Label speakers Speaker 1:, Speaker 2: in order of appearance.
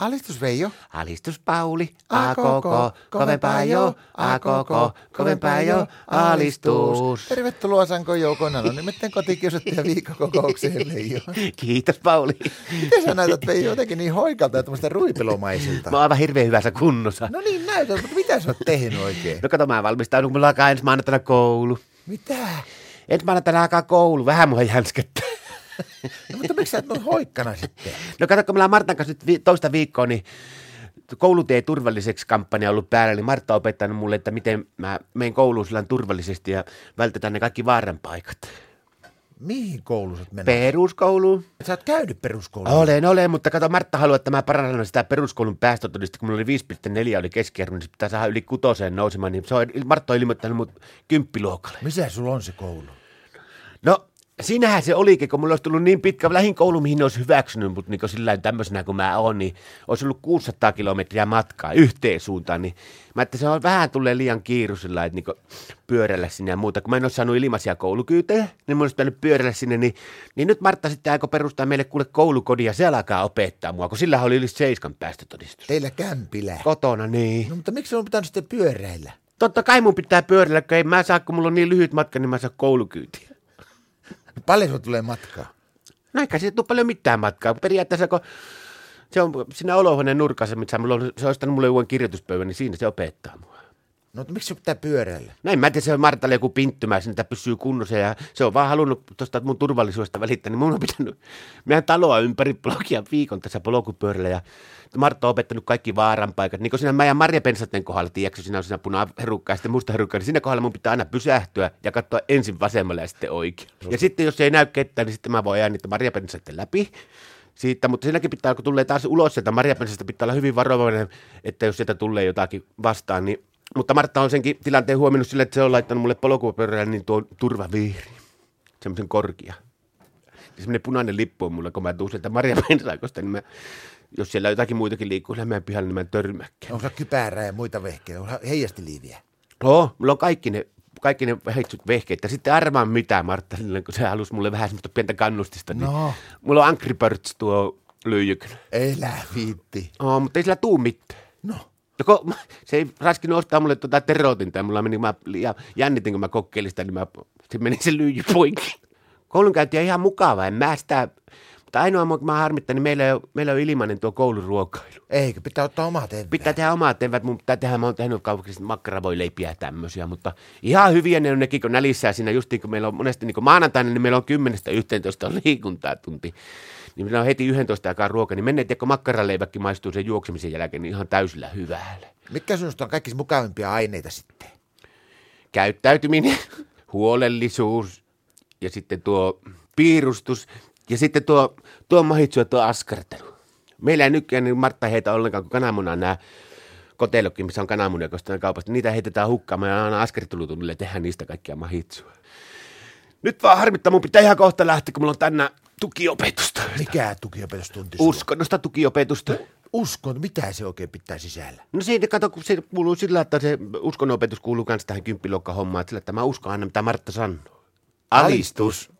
Speaker 1: Alistus Veijo.
Speaker 2: Alistus Pauli, a koko, kovempaa jo, a koko, kovempaa jo, alistus.
Speaker 1: Tervetuloa Sanko Joukonalo, nimittäin kotikiusattuja viikkokokoukseen Veijo.
Speaker 2: Kiitos Pauli.
Speaker 1: Miten sä näytät Veijo jotenkin niin hoikalta ja tämmöistä ruipilomaisilta?
Speaker 2: Mä oon aivan hirveän hyvässä kunnossa.
Speaker 1: No niin näytät, mutta mitä sä oot tehnyt oikein?
Speaker 2: No kato, mä valmistaudun, kun mulla alkaa ensi maanantaina koulu.
Speaker 1: Mitä?
Speaker 2: Ensi maanantaina alkaa koulu, vähän mua jänskettää.
Speaker 1: No, mutta miksi sä et ole hoikkana sitten?
Speaker 2: No kato, kun meillä on Martan kanssa nyt vi- toista viikkoa, niin koulutie turvalliseksi kampanja on ollut päällä, niin Martta on opettanut mulle, että miten mä menen kouluun sillä turvallisesti ja vältetään ne kaikki vaaran paikat.
Speaker 1: Mihin kouluun sä oot mennyt?
Speaker 2: Peruskouluun?
Speaker 1: sä oot käynyt peruskoulun.
Speaker 2: Olen, olen, mutta kato, Martta haluaa, että mä parannan sitä peruskoulun päästötodista, kun mulla oli 5,4 oli keskiarvo, niin se pitää saada yli kutoseen nousemaan, niin se on, Martta on ilmoittanut mut kymppiluokalle.
Speaker 1: Missä sulla on se koulu?
Speaker 2: No, sinähän se olikin, kun mulla olisi tullut niin pitkä lähin koulu, mihin ne olisi hyväksynyt, mutta niin sillä tämmöisenä kuin mä oon, niin olisi ollut 600 kilometriä matkaa yhteen suuntaan, niin mä että se on vähän tulee liian kiiru sillä lailla, että niin pyörällä sinne ja muuta. Kun mä en ole saanut ilmaisia koulukyytejä, niin mun olisi pitänyt pyörällä sinne, niin, niin nyt Martta sitten aikoo perustaa meille kuule koulukodin ja se alkaa opettaa mua, kun sillä oli yli seiskan päästötodistus.
Speaker 1: Teillä kämpillä.
Speaker 2: Kotona, niin.
Speaker 1: No mutta miksi sun on pitänyt sitten pyöräillä?
Speaker 2: Totta kai mun pitää pyörällä, kun ei mä saa, kun mulla on niin lyhyt matka, niin mä en saa koulukyytiä.
Speaker 1: Paljon sulla tulee matkaa?
Speaker 2: No eikä siitä tule paljon mitään matkaa. Periaatteessa kun se on siinä olohuoneen nurkassa, missä mulla on, se on ostanut mulle uuden kirjoituspöydän, niin siinä se opettaa mua.
Speaker 1: No mutta miksi sun pitää pyöräillä?
Speaker 2: No en mä tiedä, se on Martalle joku pinttymä, että pysyy kunnossa ja se on vaan halunnut tuosta mun turvallisuudesta välittää, niin mun on pitänyt meidän taloa ympäri blogia viikon tässä polkupyörällä ja Martta on opettanut kaikki vaaran paikat. Niin kuin siinä meidän Marja Pensaten kohdalla, tiedätkö, siinä on siinä puna herukka ja sitten musta herukka, niin siinä kohdalla mun pitää aina pysähtyä ja katsoa ensin vasemmalle ja sitten oikein. Ja sitten jos ei näy ketään, niin sitten mä voin ajaa niitä Marja Pensaten läpi siitä, mutta siinäkin pitää, kun tulee taas ulos sieltä Marjapensasta, pitää olla hyvin varovainen, että jos sieltä tulee jotakin vastaan, niin mutta Martta on senkin tilanteen huomioinut sille, että se on laittanut mulle polkupyörällä niin tuon turvaviiri, semmoisen korkia. Ja semmoinen punainen lippu on mulla, kun mä tuun sieltä Maria Pensaikosta, niin mä, jos siellä jotakin muitakin liikkuu siellä meidän pihalla, niin mä en törmääkään.
Speaker 1: Onko sulla kypärää ja muita vehkeitä? Onko sulla heijastiliiviä?
Speaker 2: Oo, No, mulla on kaikki ne kaikki ne heitsut vehkeet. Ja sitten arvaan mitä, Martta, silloin, kun se halusi mulle vähän semmoista pientä kannustista. Niin
Speaker 1: No.
Speaker 2: Mulla on Angry Birds tuo lyijykynä.
Speaker 1: Elä viitti.
Speaker 2: Oo, mutta ei sillä tuu mitään.
Speaker 1: No.
Speaker 2: Joko mä- se ei raskinut ostaa mulle tuota terotinta ja mulla meni, mä liian jännitin, kun mä kokeilin sitä, niin mä, se meni se lyijy poikki. Koulunkäynti on ihan mukavaa, en mä sitä, mutta ainoa mua, kun mä harmittaa, niin meillä on, meillä on ilmainen tuo kouluruokailu.
Speaker 1: Eikö, pitää ottaa omaa tehdä.
Speaker 2: Pitää tehdä omat evät, mun pitää tehdä, mä oon tehnyt kaupunkilaisesti makkaravoileipiä ja tämmöisiä, mutta ihan hyviä ne on nekin, kun nälissään siinä justiin, kun meillä on monesti niin kuin maanantaina, niin meillä on 10-11 on liikuntaa tunti. Niin meillä on heti 11 aikaa ruoka, niin menee, tiedätkö, makkaranleiväkin maistuu sen juoksemisen jälkeen niin ihan täysillä hyvälle.
Speaker 1: Mitkä sinusta on kaikki mukavimpia aineita sitten?
Speaker 2: käyttäytyminen, huolellisuus ja sitten tuo piirustus ja sitten tuo, tuo mahitsu ja tuo askartelu. Meillä ei nykyään niin Martta heitä ollenkaan, kun kananmuna nämä kotelokki, missä on kananmunia kostetaan kaupasta, niitä heitetään hukkaan. Me aina askartelutunnille tehdään niistä kaikkia mahitsua. Nyt vaan harmittaa, mun pitää ihan kohta lähteä, kun mulla on tänään tukiopetusta.
Speaker 1: Mikä tukiopetustunti sulla?
Speaker 2: Uskonnosta tukiopetusta.
Speaker 1: Uskon, mitä se oikein pitää sisällä?
Speaker 2: No siinä kato, kun se kuuluu sillä, että se uskonnonopetus kuuluu myös tähän kymppiluokka hommaan, että sillä, että mä uskon aina, mitä Martta sanoo.
Speaker 1: Alistus.